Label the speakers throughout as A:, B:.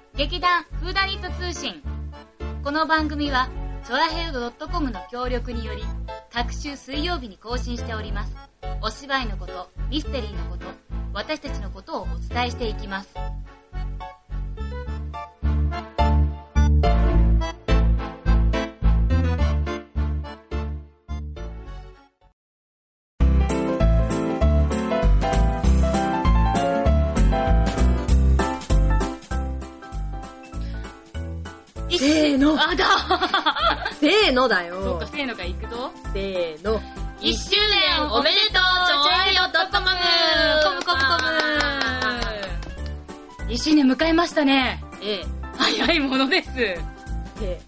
A: フーダニット通信。この番組は、チョアヘウド .com の協力により、各週水曜日に更新しております。お芝居のこと、ミステリーのこと、私たちのことをお伝えしていきます。
B: せーの
A: あだ
B: せーのだ
A: そう
B: よ
A: か、。せーのから行くぞ。
B: せーの。
A: 1周年おめでとうチョアヘヨドットコムコムコムコム !1 周年迎えましたね。
B: え
A: 早いものです。
B: え、ええ。う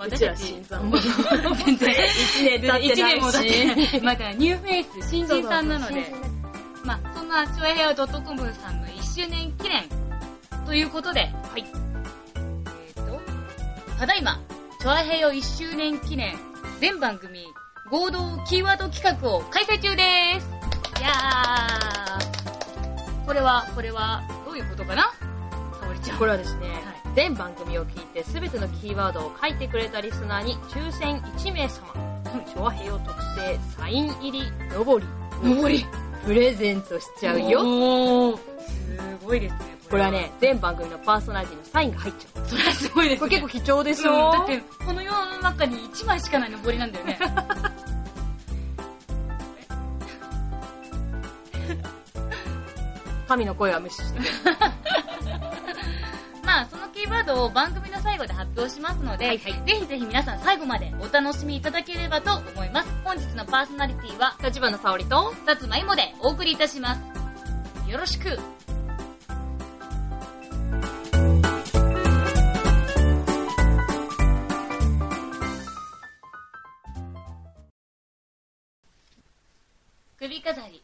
A: 私
B: ち
A: た
B: は
A: ち
B: 新、さんも。
A: 全然。
B: 一年経
A: 1
B: ってない
A: 年 もだっ
B: し。
A: て、まだニューフェイス、新人さんなので
B: そう、そうそう新人
A: まあ、そんな、チョアヘアドットコムさんの1周年記念ということで、はい。えっ、と、ただいま、チョアヘア1周年記念全番組合同キーワード企画を開催中です。いやー。これは、これは、どういうことかなかおりちゃん。
B: これはですね、
A: は
B: 全番組を聞いて全てのキーワードを書いてくれたリスナーに抽選1名様、長平を特製サイン入りのぼりを
A: 登り
B: プレゼントしちゃうよ。
A: おーすごいですね。
B: これはね、全番組のパーソナリティのサインが入っちゃう。
A: それはすごいですね。
B: これ結構貴重でしょ、
A: うんだって、この世の中に1枚しかない登りなんだよね。
B: 神の声は無視して。
A: まあ、そのキーワードを番組の最後で発表しますので、
B: はいは
A: ぜひぜひ皆さん最後までお楽しみいただければと思います。本日のパーソナリティは、
B: 立花沙織と、
A: 薩摩いもでお送りいたします。よろしく首飾り、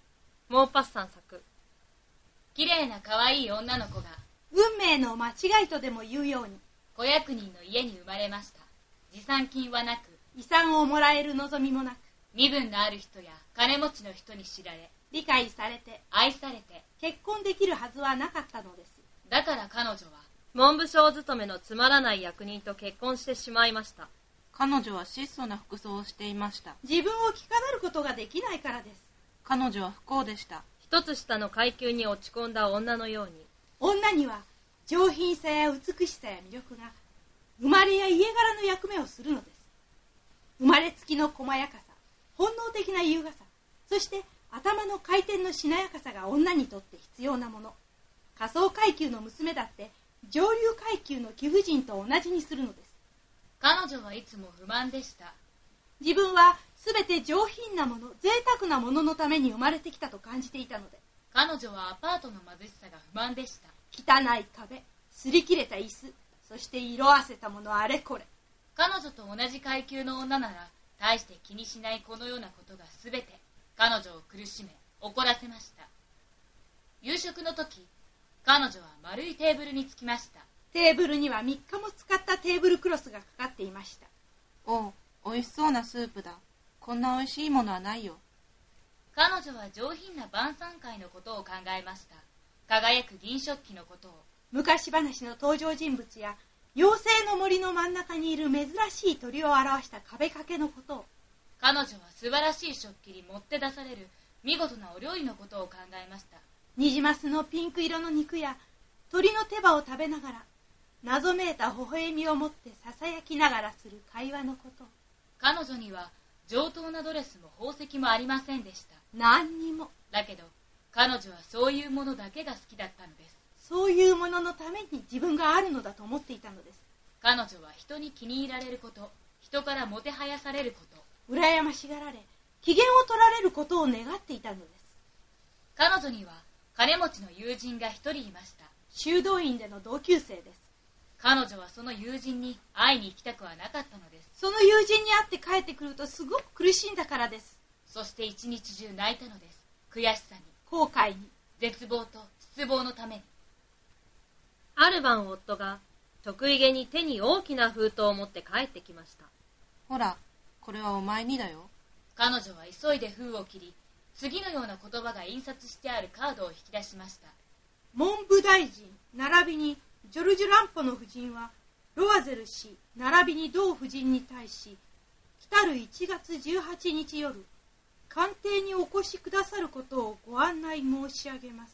B: モーパッサン作。
A: 綺麗な可愛い女の子が
C: 運命の間違いとでも言うように
A: 5 0人の家に生まれました持参金はなく
C: 遺産をもらえる望みもなく
A: 身分のある人や金持ちの人に知られ
C: 理解されて
A: 愛されて
C: 結婚できるはずはなかったのです
A: だから彼女は
B: 文部省勤めのつまらない役人と結婚してしまいました。
D: 彼女は質素な服装をしていました
C: 自分を着飾ることができないからです
D: 彼女は不幸でした
B: 一つ下の階級に落ち込んだ女のように、
C: 女には上品さや美しさや魅力が生まれや家柄の役目をするのです生まれつきの細やかさ本能的な優雅さそして頭の回転のしなやかさが女にとって必要なもの仮想階級の娘だって上流階級の貴婦人と同じにするのです
A: 彼女はいつも不満でした
C: 自分は全て上品なもの贅沢なもののために生まれてきたと感じていたので
A: 彼女はアパートの貧しさが不満でした
C: 汚い壁擦り切れた椅子そして色あせたものあれこれ
A: 彼女と同じ階級の女なら大して気にしないこのようなことが全て彼女を苦しめ怒らせました夕食の時彼女は丸いテーブルにつきました
C: テーブルには3日も使ったテーブルクロスがかかっていました
D: おお美味しそうなスープだこんな美味しいものはないよ
A: 彼女は上品な晩餐会のことを考えました輝く銀食器のことを
C: 昔話の登場人物や妖精の森の真ん中にいる珍しい鳥を表した壁掛けのことを
A: 彼女は素晴らしい食器に持って出される見事なお料理のことを考えました
C: ニジマスのピンク色の肉や鳥の手羽を食べながら謎めいた微笑みを持ってささやきながらする会話のことを
A: 彼女には上等なドレスも宝石もありませんでした
C: 何にも
A: だけど彼女はそういうものだけが好きだったのです
C: そういうもののために自分があるのだと思っていたのです
A: 彼女は人に気に入られること人からもてはやされること
C: 羨ましがられ機嫌を取られることを願っていたので
A: 彼女には金持ちの友人が一人いました
C: す修道院での同級生です
A: 彼女はその友人に会いに行きたくはなかったのです
C: その友人に会って帰ってくるとすごく苦しいんだからです
A: そして一日中泣いたのです悔しさに
C: 後悔に
A: 絶望と失望のために
B: ある晩夫が、得意げに手に大きな封筒を持って帰ってきました。
D: ほらこれはお前にだよ
A: 彼女は急いで封を切り次のような言葉が印刷してあるカードを引き出しました
C: 文部大臣並びにジョルジュ・ランポの夫人はロワゼル氏並びに同夫人に対し来る1月18日夜官邸にお越しくださることをご案内申し上げます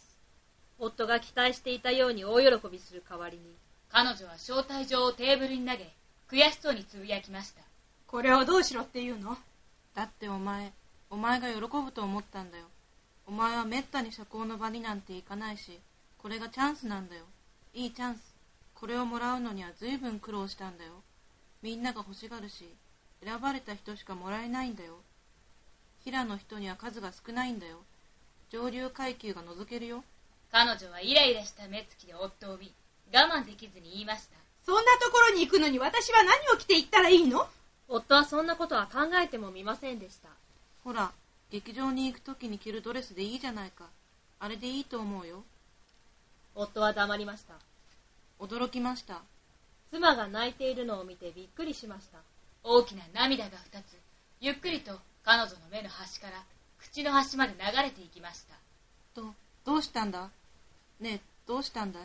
B: 夫が期待していたように大喜びする代わりに
A: 彼女は招待状をテーブルに投げ、悔しそうにつぶやきました。
C: これをどうしろっていうの
D: だってお前お前が喜ぶと思ったんだよお前はめったに社交の場になんて行かないしこれがチャンスなんだよいいチャンスこれをもらうのには随分苦労したんだよみんなが欲しがるし選ばれた人しかもらえないんだよ平の人には数が少ないんだよ上流階級が覗けるよ
A: 彼女はイライラした目つきで夫を見、我慢できずに言いました。
C: そんなところに行くのに私は何を着て行ったらいいの
B: 夫はそんなことは考えてもみませんでした
D: ほら劇場に行く時に着るドレスでいいじゃないかあれでいいと思うよ
B: 夫は黙りました
D: 驚きました
B: 妻が泣いているのを見てびっくりしました
A: 大きな涙が二つ、ゆっくりと彼女の目の端から口の端まで流れていきました。
D: どどうしたんだねえどうしたんだい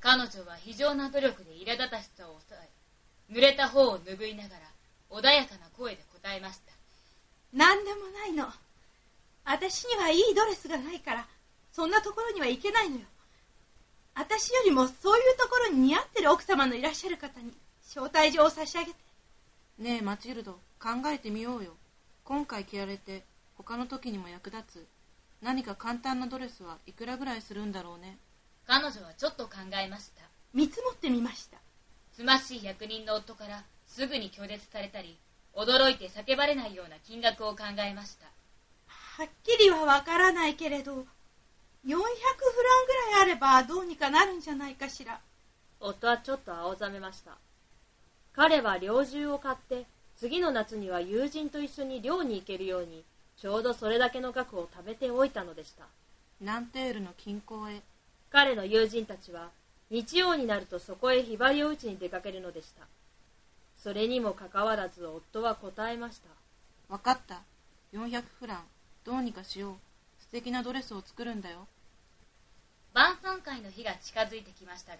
A: 彼女は非常な努力で苛立たしさを抑え、濡れた方を拭いながら穏やかな声で答えました。
C: 何でもないの私にはいいドレスがないからそんなところには行けないのよ私よりもそういうところに似合ってる奥様のいらっしゃる方に招待状を差し上げて
D: ねえマチルド考えてみようよ今回着られて他の時にも役立つ何か簡単なドレスはいくらぐらいするんだろうね
A: 彼女はちょっと考えました。
C: 見積もってみました
A: つましい役人の夫からすぐに拒絶されたり、驚いて叫ばれないような金額を考えました。
C: はっきりはわからないけれど400フランぐらいあればどうにかなるんじゃないかしら
B: 夫はちょっと青ざめました彼は猟銃を買って次の夏には友人と一緒に漁に行けるようにちょうどそれだけの額を貯めておいたのでした
D: ナンテールの近郊へ
B: 彼の友人たちは日曜になるとそこへひばりを打ちに出かけるのでしたそれにもかかわらず夫は答えました
D: 分かった400フランどうにかしよう素敵なドレスを作るんだよ
A: 晩餐会の日が近づいてきましたが、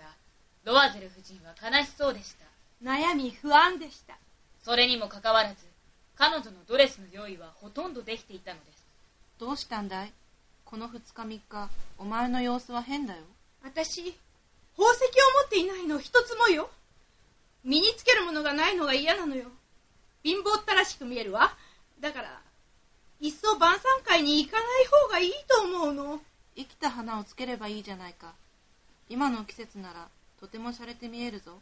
A: ロワゼル夫人は悲しそうでした。
C: 悩み不安でした
A: それにもかかわらず、彼女のドレスの用意はほとんどできていたのです。
D: どうしたんだいこの2日3日お前の様子は変だよ
C: 私宝石を持っていないの一つもよ身につけるものがないのが嫌なのよ貧乏ったらしく見えるわだからいっそ晩餐会に行かない方がいいと思うの
D: 生きた花をつければいいじゃないか今の季節ならとても洒落て見えるぞ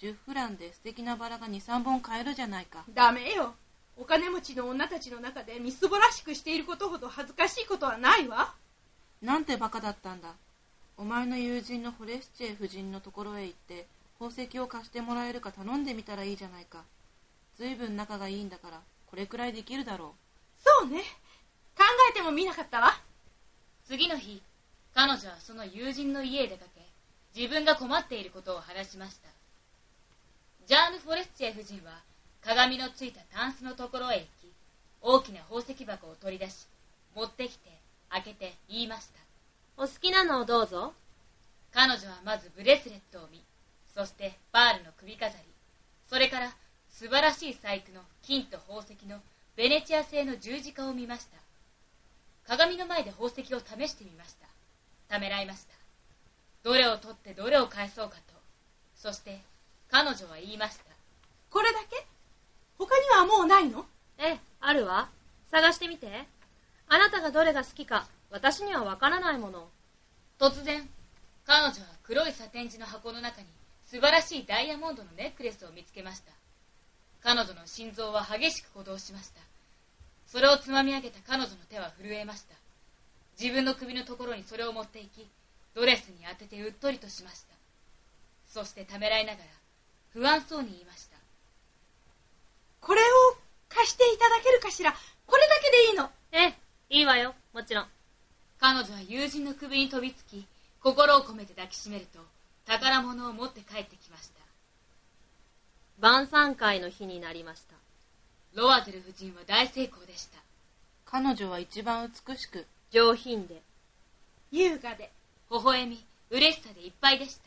D: 10フランで素敵なバラが23本買えるじゃないか
C: ダメよお金持ちの女たちの中でみすぼらしくしていることほど恥ずかしいことはないわ
D: なんてバカだったんだお前の友人のフォレスチェ夫人のところへ行って宝石を貸してもらえるか頼んでみたらいいじゃないかずいぶん仲がいいんだからこれくらいできるだろ
C: そうね考えてもみなかったわ
A: 次の日、彼女はその友人の家へ出かけ、自分が困っていることを話しました。ジャーヌ・フォレスチェ夫人は、鏡のついたタンスのところへ行き、大きな宝石箱を取り出し、持ってきて、開けて言いました。
B: お好きなのをどうぞ
A: 彼女はまずブレスレットを見、そしてバールの首飾り、それから素晴らしい細工の金と宝石のベネチア製の十字架を見ました。鏡の前で宝石を試してみました。ためらいました。どれを取ってどれを返そうかと。そして彼女は言いました。
C: これだけ他にはもうないの
B: ええあるわ探してみてあなたがどれが好きか私にはわからないもの
A: 突然、彼女は黒いサテン地の箱の中に素晴らしいダイヤモンドのネックレスを見つけました。彼女の心臓は激しく鼓動しました。それをつまみ上げた彼女の手は震えました。自分の首のところにそれを持っていき、ドレスに当ててうっとりとしました。そしてためらいながら、不安そうに言いました。
C: これを貸していただけるかしらこれだけでいいの
B: ええいいわよもちろん
A: 彼女は友人の首に飛びつき、心を込めて抱きしめると、宝物を持って帰ってきました。
B: 晩餐会の日になりました
A: ロワゼル夫人は大成功でした。
D: う彼女は一番美しく
B: 上品で
C: 優雅で
A: 微笑み、嬉しさでいっぱいでした。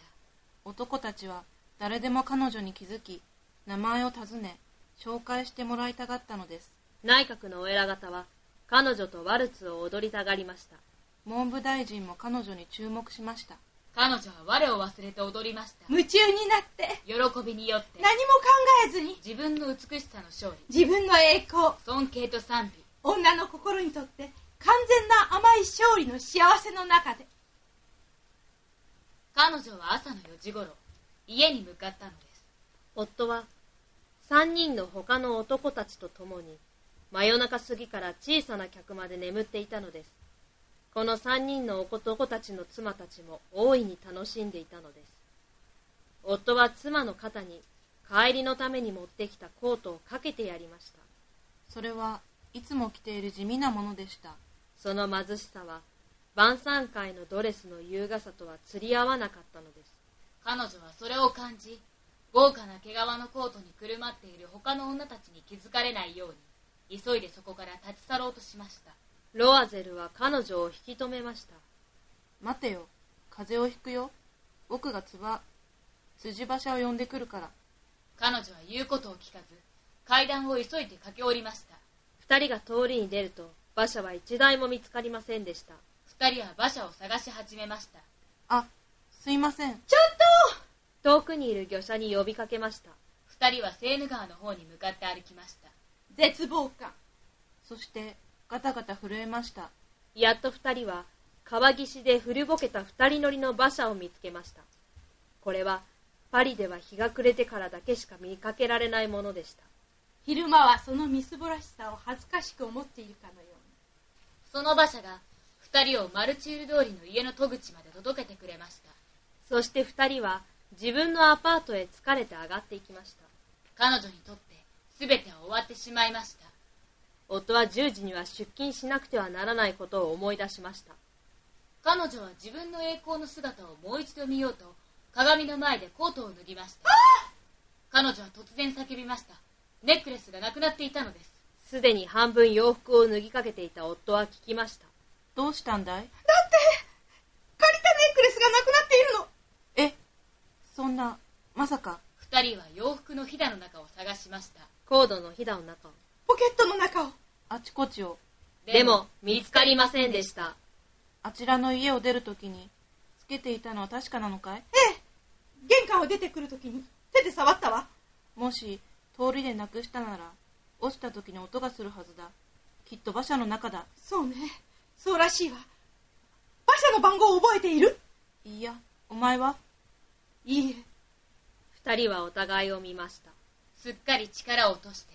D: 男たちは誰でも彼女に気づき名前を尋ね紹介してもらいたがったのです
B: 内閣のお偉方は彼女とワルツを踊りたがりました
D: 文部大臣も彼女に注目しました
A: 彼女は我を忘れて踊りました。
C: 夢中になって
A: 喜びによって、
C: 何も考えずに
A: 自分の美しさの勝利、
C: 自分の栄光
A: 尊敬と賛美、
C: 女の心にとって完全な甘い勝利の幸せの中で
A: 彼女は朝の4時頃、家に向かったのです。
B: 夫は3人の他の男たちと共に真夜中過ぎから小さな客まで眠っていたのですこの3人の男たちの妻たちも大いに楽しんでいたのです夫は妻の肩に帰りのために持ってきたコートをかけてやりました
D: それはいつも着ている地味なものでした
B: その貧しさは晩餐会のドレスの優雅さとは釣り合わなかったのです
A: 彼女はそれを感じ、豪華な毛皮のコートにくるまっている他の女たちに気づかれないように、急いでそこから立ち去ろうとしました。
B: ロアゼルは彼女を引き止めました
D: 待てよ風邪をひくよ僕がつば辻馬車を呼んでくるから
A: 彼女は言うことを聞かず、階段を急いで駆け下りました。
B: 二人が通りに出ると馬車は一台も見つかりませんでした
A: 二人は馬車を探し始めました。
D: あすいません
B: 遠くにいる漁者に呼びかけました
A: 二人はセーヌ川の方に向かって歩きました。
C: 絶望感
D: そしてガタガタ震えました
B: やっと二人は川岸で古ぼけた二人乗りの馬車を見つけましたこれはパリでは日が暮れてからだけしか見かけられないものでした
C: 昼間はそのみすぼらしさを恥ずかしく思っているかのよう
A: その馬車が二人をマルチュール通りの家の戸口まで届けてくれました。
B: そして二人は自分のアパートへ疲れて上がっていきました
A: 彼女にとって全ては終わってしまいました。
B: 夫は10時には出勤しなくてはならないことを思い出しました
A: 彼女は自分の栄光の姿をもう一度見ようと鏡の前でコートを脱ぎました彼女は突然叫びましたネックレスがなくなっていたのです
B: すでに半分洋服を脱ぎかけていた夫は聞きました
D: どうしたんだい
C: 借りたネックレスがなくなっているの
D: えそんなまさか
A: 二人は洋服のひだの中を探しました
B: 高度のひだの中を
C: ポケットの中を
D: あちこちを
B: でも見つかりませんでした
D: あちらの家を出るときにつけていたのは確かなのかい
C: 玄関を出てくるときに手で触ったわ
D: もし通りでなくしたなら落ちたときに音がするはずだきっと馬車の中だ
C: そうねそうらしいわ馬車の番号を覚えている
D: いいやお前はい
C: いえ
B: 二人はお互いを見ました
A: すっかり力を落として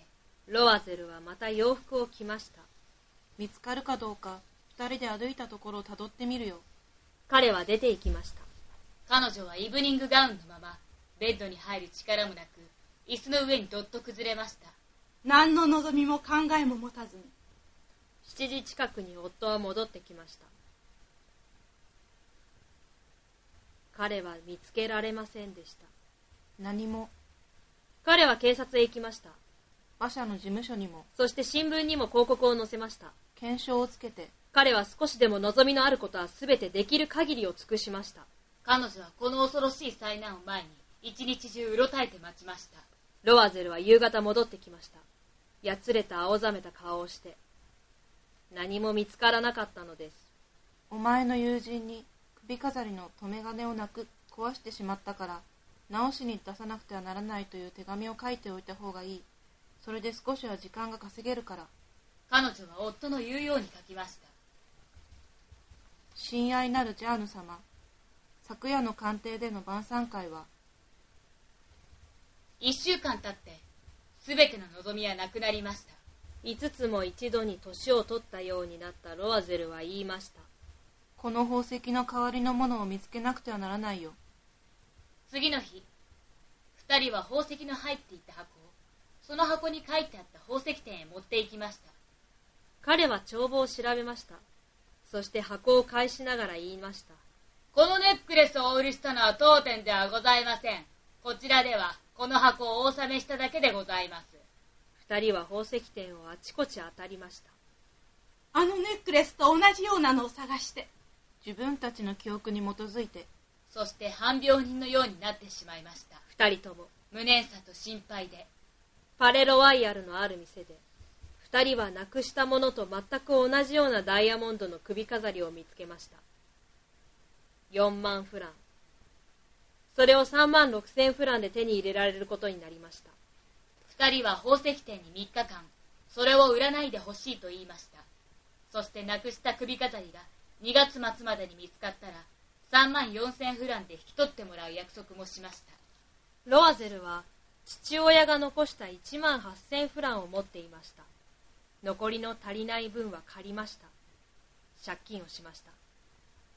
B: ロアゼルはまた洋服を着ました
D: 見つかるかどうか二人で歩いたところをたどってみるよ
B: 彼は出て行きました
A: 彼女はイブニングガウンのままベッドに入る力もなく椅子の上にどっと崩れました
C: 何の望みも考えも持たずに
B: 7時近くに夫は戻ってきました彼は見つけられませんでした
D: 何も
B: 彼は警察へ行きました
D: 馬車の事務所にも
B: そして新聞にも広告を載せました
D: 検証をつけて
B: 彼は少しでも望みのあることは全てできる限りを尽くしました
A: 彼女はこの恐ろしい災難を前に一日中うろたえて待ちました
B: ロアゼルは夕方戻ってきましたやつれた青ざめた顔をして何も見つからなかったのです
D: お前の友人に首飾りの留め金をなく壊してしまったから直しに出さなくてはならないという手紙を書いておいた方がいいそれで少しは時間が稼げるから
A: 彼女は夫の言うように書きました
D: 親愛なるジャーヌ様昨夜の官邸での晩餐会は
A: 一週間経って全ての望みはなくなりました
B: 5つも一度に年を取ったようになったロアゼルは言いました
D: この宝石の代わりのものを見つけなくてはならないよ
A: 次の日二人は宝石の入っていた箱をその箱に書いてあった宝石店へ持って行きました
B: 彼は帳簿を調べましたそして箱を返しながら言いました
A: このネックレスをお売りしたのは当店ではございませんこちらではこの箱をお納めしただけでございます
B: 二人は宝石店をあちこち当たりました
C: あのネックレスと同じようなのを探して
D: 自分たちの記憶に基づいて
A: そして半病人のようになってしまいました
B: 二人とも
A: 無念さと心配で
B: パレロワイヤルのある店で二人はなくしたものと全く同じようなダイヤモンドの首飾りを見つけました4万フランそれを3万6千フランで手に入れられることになりました
A: 二人は宝石店に3日間それを売らないでほしいと言いましたそしてなくした首飾りが2月末までに見つかったら3万4千フランで引き取ってもらう約束もしました
B: ロアゼルは父親が残した1万8千フランを持っていました残りの足りない分は借りました借金をしました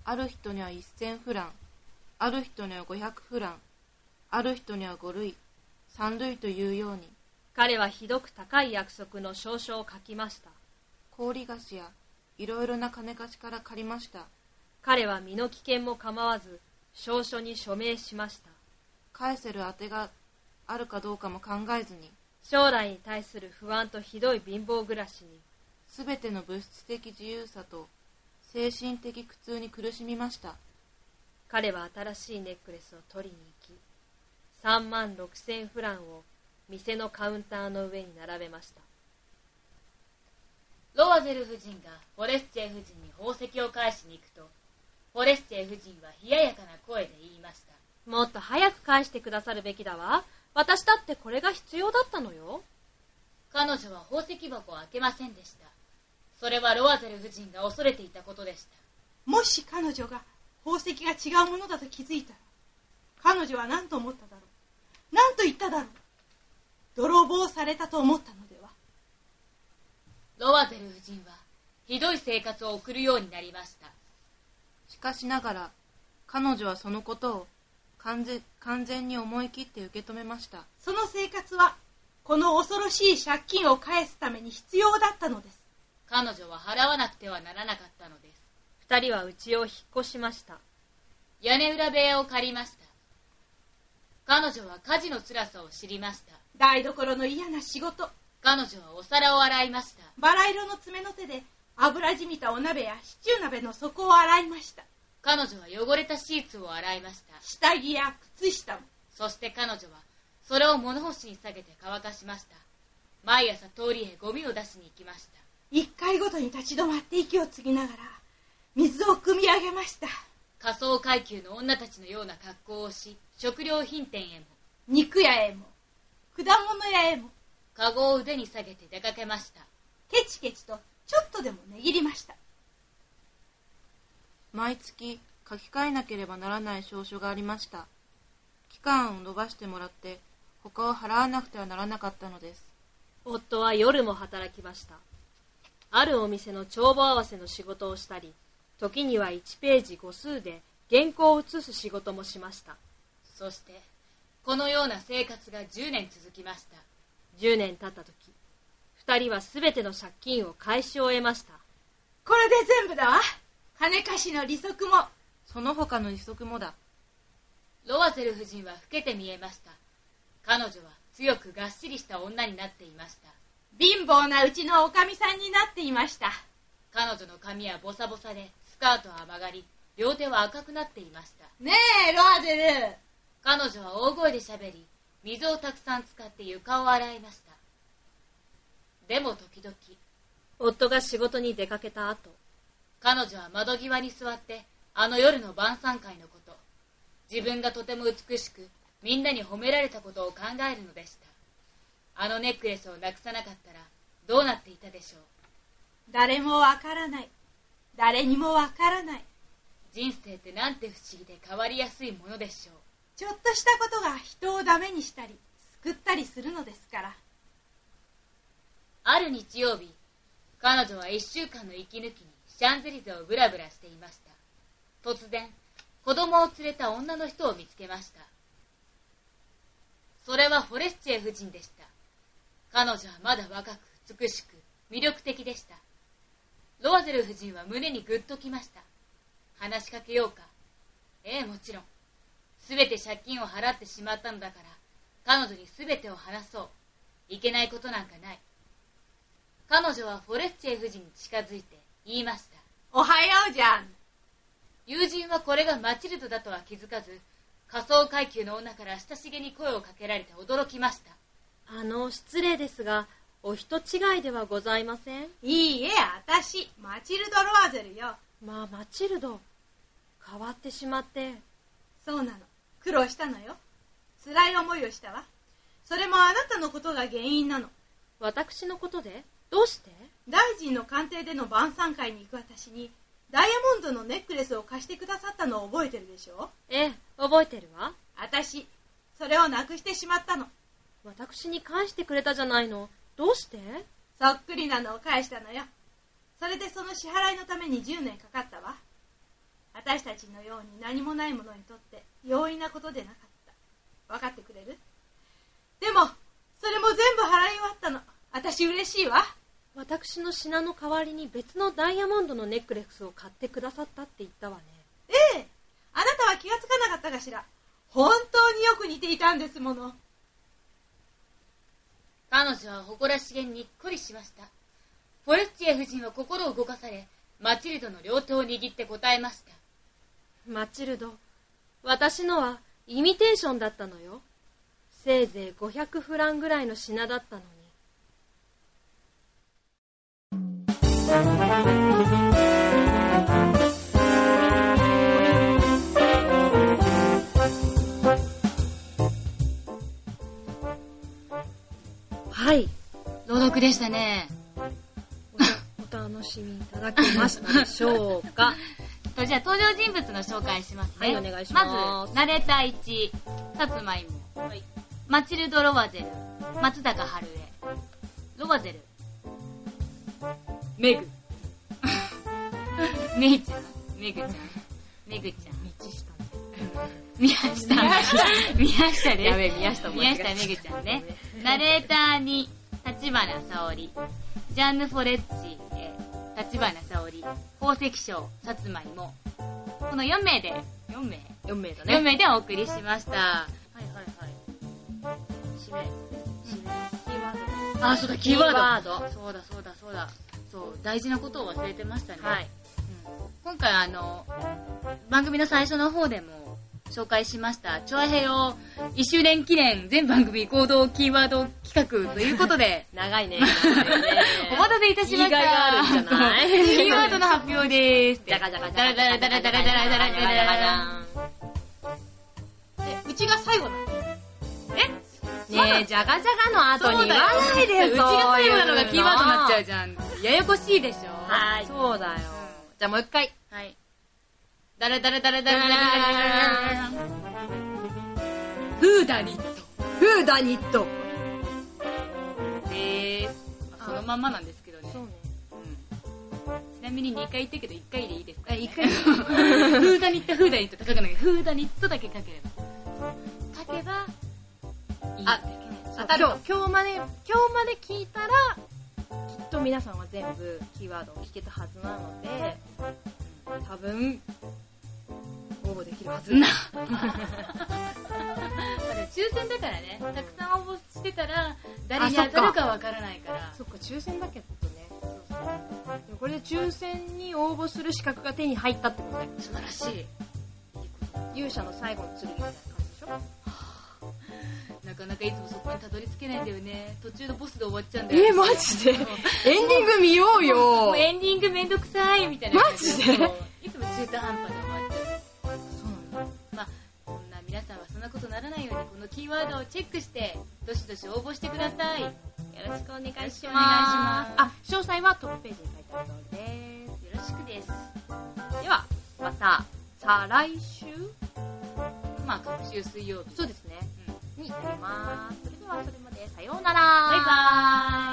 D: ある人には1000フラン、ある人には500フラン、ある人には5類、3類というように、
B: 彼はひどく高い約束の証書を書きました
D: 氷菓子やいろいろな金貸しから借りました。
B: 彼は身の危険も構わず証書に署名しました
D: 返せる当てがあるかどうかも考えずに、
B: 将来に対する不安とひどい貧乏暮らしに
D: すべての物質的自由さと精神的苦痛に苦しみました。
B: 彼は新しいネックレスを取りに行き3万6千フランを店のカウンターの上に並べました
A: ロワゼル夫人がフォレスチェ夫人に宝石を返しに行くとフォレスチェ夫人は冷ややかな声で言いました
B: もっと早く返してくださるべきだわ私だってこれが必要だったのよ
A: 彼女は宝石箱を開けませんでしたそれはロワゼル夫人が恐れていたことでした
C: もし彼女が宝石が違うものだと気づいたら彼女は何と思っただろう何と言っただろう泥棒されたと思ったのでは
A: ロワゼル夫人はひどい生活を送るようになりました
D: しかしながら、彼女はそのことを完全完全に思い切って受け止めました。
C: その生活はこの恐ろしい借金を返すために必要だったのです
A: 彼女は払わなくてはならなかったのです
B: 二人は家を引っ越しました
A: 屋根裏部屋を借りました彼女は家事の辛さを知りました
C: 台所の嫌な仕事
A: 彼女はお皿を洗いました
C: バラ色の爪の手で油じみたお鍋やシチュー鍋の底を洗いました
A: 彼女は汚れたシーツを洗いました
C: 下着や靴下も
A: そして彼女はそれを物干しに下げて乾かしました毎朝通りへゴミを出しに行きました
C: 一回ごとに立ち止まって息を継ぎながら水を汲み上げました
A: 仮想階級の女たちのような格好をし食料品店へも
C: 肉屋へも果物屋へも
A: カゴを腕に下げて出かけました
C: ケチケチとちょっとでも値切りました
D: 毎月書き換えなければならない証書がありました期間を延ばしてもらって他を払わなくてはならなかったのです
B: 夫は夜も働きましたあるお店の帳簿合わせの仕事をしたり時には1ページ5数で原稿を写す仕事もしました
A: そしてこのような生活が10年続きました
B: 10年経った時二人は全ての借金を返し終えました
C: これで全部だわ金貸しの利息も
D: その他の利息もだ
A: ロワゼル夫人は老けて見えました彼女は強くがっしりした女になっていました
C: 貧乏なうちのおかみさんになっていました
A: 彼女の髪はボサボサでスカートは曲がり両手は赤くなっていました
C: ねえロアゼル
A: 彼女は大声で喋り水をたくさん使って床を洗いましたでも時々
B: 夫が仕事に出かけた後
A: 彼女は窓際に座ってあの夜の晩餐会のこと自分がとても美しくみんなに褒められたことを考えるのでしたあのネックレスをなくさなかったらどうなっていたでしょう
C: 誰もわからない誰にもわからない
A: 人生ってなんて不思議で変わりやすいものでしょう
C: ちょっとしたことが人をダメにしたり救ったりするのですから
A: ある日曜日彼女は1週間の息抜きにシャンゼリゼをブラブラしていました突然子供を連れた女の人を見つけましたそれはフォレスチェ夫人でした彼女はまだ若く美しく魅力的でしたロワゼル夫人は胸にグッときました話しかけようかええもちろん全て借金を払ってしまったのだから彼女に全てを話そういけないことなんかない彼女はフォレスチェ夫人に近づいて言いました
C: おはようじゃん
A: 友人はこれがマチルドだとは気づかず、仮想階級の女から親しげに声をかけられて驚きました。
B: あの、失礼ですが、お人違いではございません
C: いいえ、私、マチルド・ロアゼルよ。
B: まあ、マチルド、変わってしまって、
C: そうなの。苦労したのよ。辛い思いをしたわ。それもあなたのことが原因なの。
B: 私のことでどうして
C: 大臣の官邸での晩餐会に行く私に、ダイヤモンドのネックレスを貸してくださったのを覚えてるでしょ
B: ええ、覚えてるわ。
C: 私、それをなくしてしまったの。
B: 私に返してくれたじゃないの。どうして
C: そっくりなのを返したのよ。それでその支払いのために10年かかったわ。私たちのように何もないものにとって容易なことでなかった。分かってくれるでも、それも全部払い終わったの。私嬉しいわ。
B: 私の品の代わりに別のダイヤモンドのネックレスを買ってくださったって言ったわね。
C: ええ。あなたは気がつかなかったかしら。本当によく似ていたんですもの。
A: 彼女は誇らしげににっこりしました。フォレスティエ夫人は心を動かされ、マチルドの両手を握って答えました。
B: マチルド、私のはイミテーションだったのよ。せいぜい500フランぐらいの品だったのに。はい、
A: 朗読でしたね。
B: お楽しみいただけましたでしょう か。
A: とじゃあ登場人物の紹介しますね。
B: はいお願いします
A: まず、ナレーター1、さつまいも。マチルド・ロワゼル、松坂春江。ロワゼル。メグ。 メイちゃん。メグちゃん。メグちゃん。
B: 道下ね
A: 宮 下。宮下です。
B: やべえ宮下も間
A: 宮
B: 違えちゃ
A: 下
B: った
A: めぐちゃんね。ナレーターに、立花沙織。ジャンヌ・フォレッチ、えー、立花沙織。宝石商、さつまいも。この4名で、4名
B: 4名だ
A: ?4 名でお送りしました。はいはいはい。
B: 指名指名キーワード
A: あ、そうだ、キーワード。
B: キーワー
A: そうだ、そうだ、そうだ。そう、大事なことを忘れてましたね。
B: はい。、
A: うん今回あの、番組の最初の方でも紹介しました、チョアヘヨ1周年記念全番組行動キーワード企画ということで
B: 長いね。長いね
A: お待たせいたしました。
B: 言いがいがあるんじゃな い
A: キーワードの発表です。
B: じゃがじゃがじ
A: ダ
B: ゃ
A: ラ
B: がじ
A: ダラ
B: ゃがじ
A: ダ
B: ゃ
A: ラダ
B: がじゃが
A: ラダラダラダラダラ。
C: で、うちが最後なの。
B: ねえ、じゃがじゃがの後
A: そう
B: に言
A: だよ
B: わないでよ。
A: うちが最後なのがキーワードになっちゃう
B: う。
A: じゃん。ややこしいでしょ。
B: はい。そうだよ。じゃあもう一回。
A: はい。だらだらだらだらだらだらフーダニット
B: フーダニット。
A: でーす。そのまんまなんですけどね。
B: そうね。
A: うんちなみに2回言ったけど1回でいいですか、ね、1回 フーダニット、フーダニットって書かない。フーダニットだけ書ければ。書けば、いい。
D: あ
B: 当たる今日今日まで、今日まで聞いたら、きっと皆さんは全部キーワードを聞けたはずなので、多分、応募できるはず。
A: なまだ抽選だからね、たくさん応募してたら、誰に当たるかわからないから。
B: そっか、抽選だけどね。でもこれで抽選に応募する資格が手に入ったってことだよ。
A: 素晴らしい。
B: 勇者の最後の剣みたいな感じでしょ
A: なかなかいつもそこにたどり着けないんだよね。途中のボスで終わっちゃうんだよ。
B: え、マジでエンディング見よう
A: も
B: よ
A: うエンディングめんどくさいみたいな感じ。
B: マジで
A: そういつも中途半端で終わっちゃう。まあ、そんな皆さんはそんなことならないようにこのキーワードをチェックして、どしどし応募してください。よろしくお願いします。
B: あ、詳細はトップページに書いてあるそう
A: よ
B: で
A: ろしくです。
B: す。では、また、再来週
A: まあ、各週水曜日。
B: そうですね。
A: うん
B: になります。それでは、それまで、さよう
A: バイ
B: なら。
A: バーイ。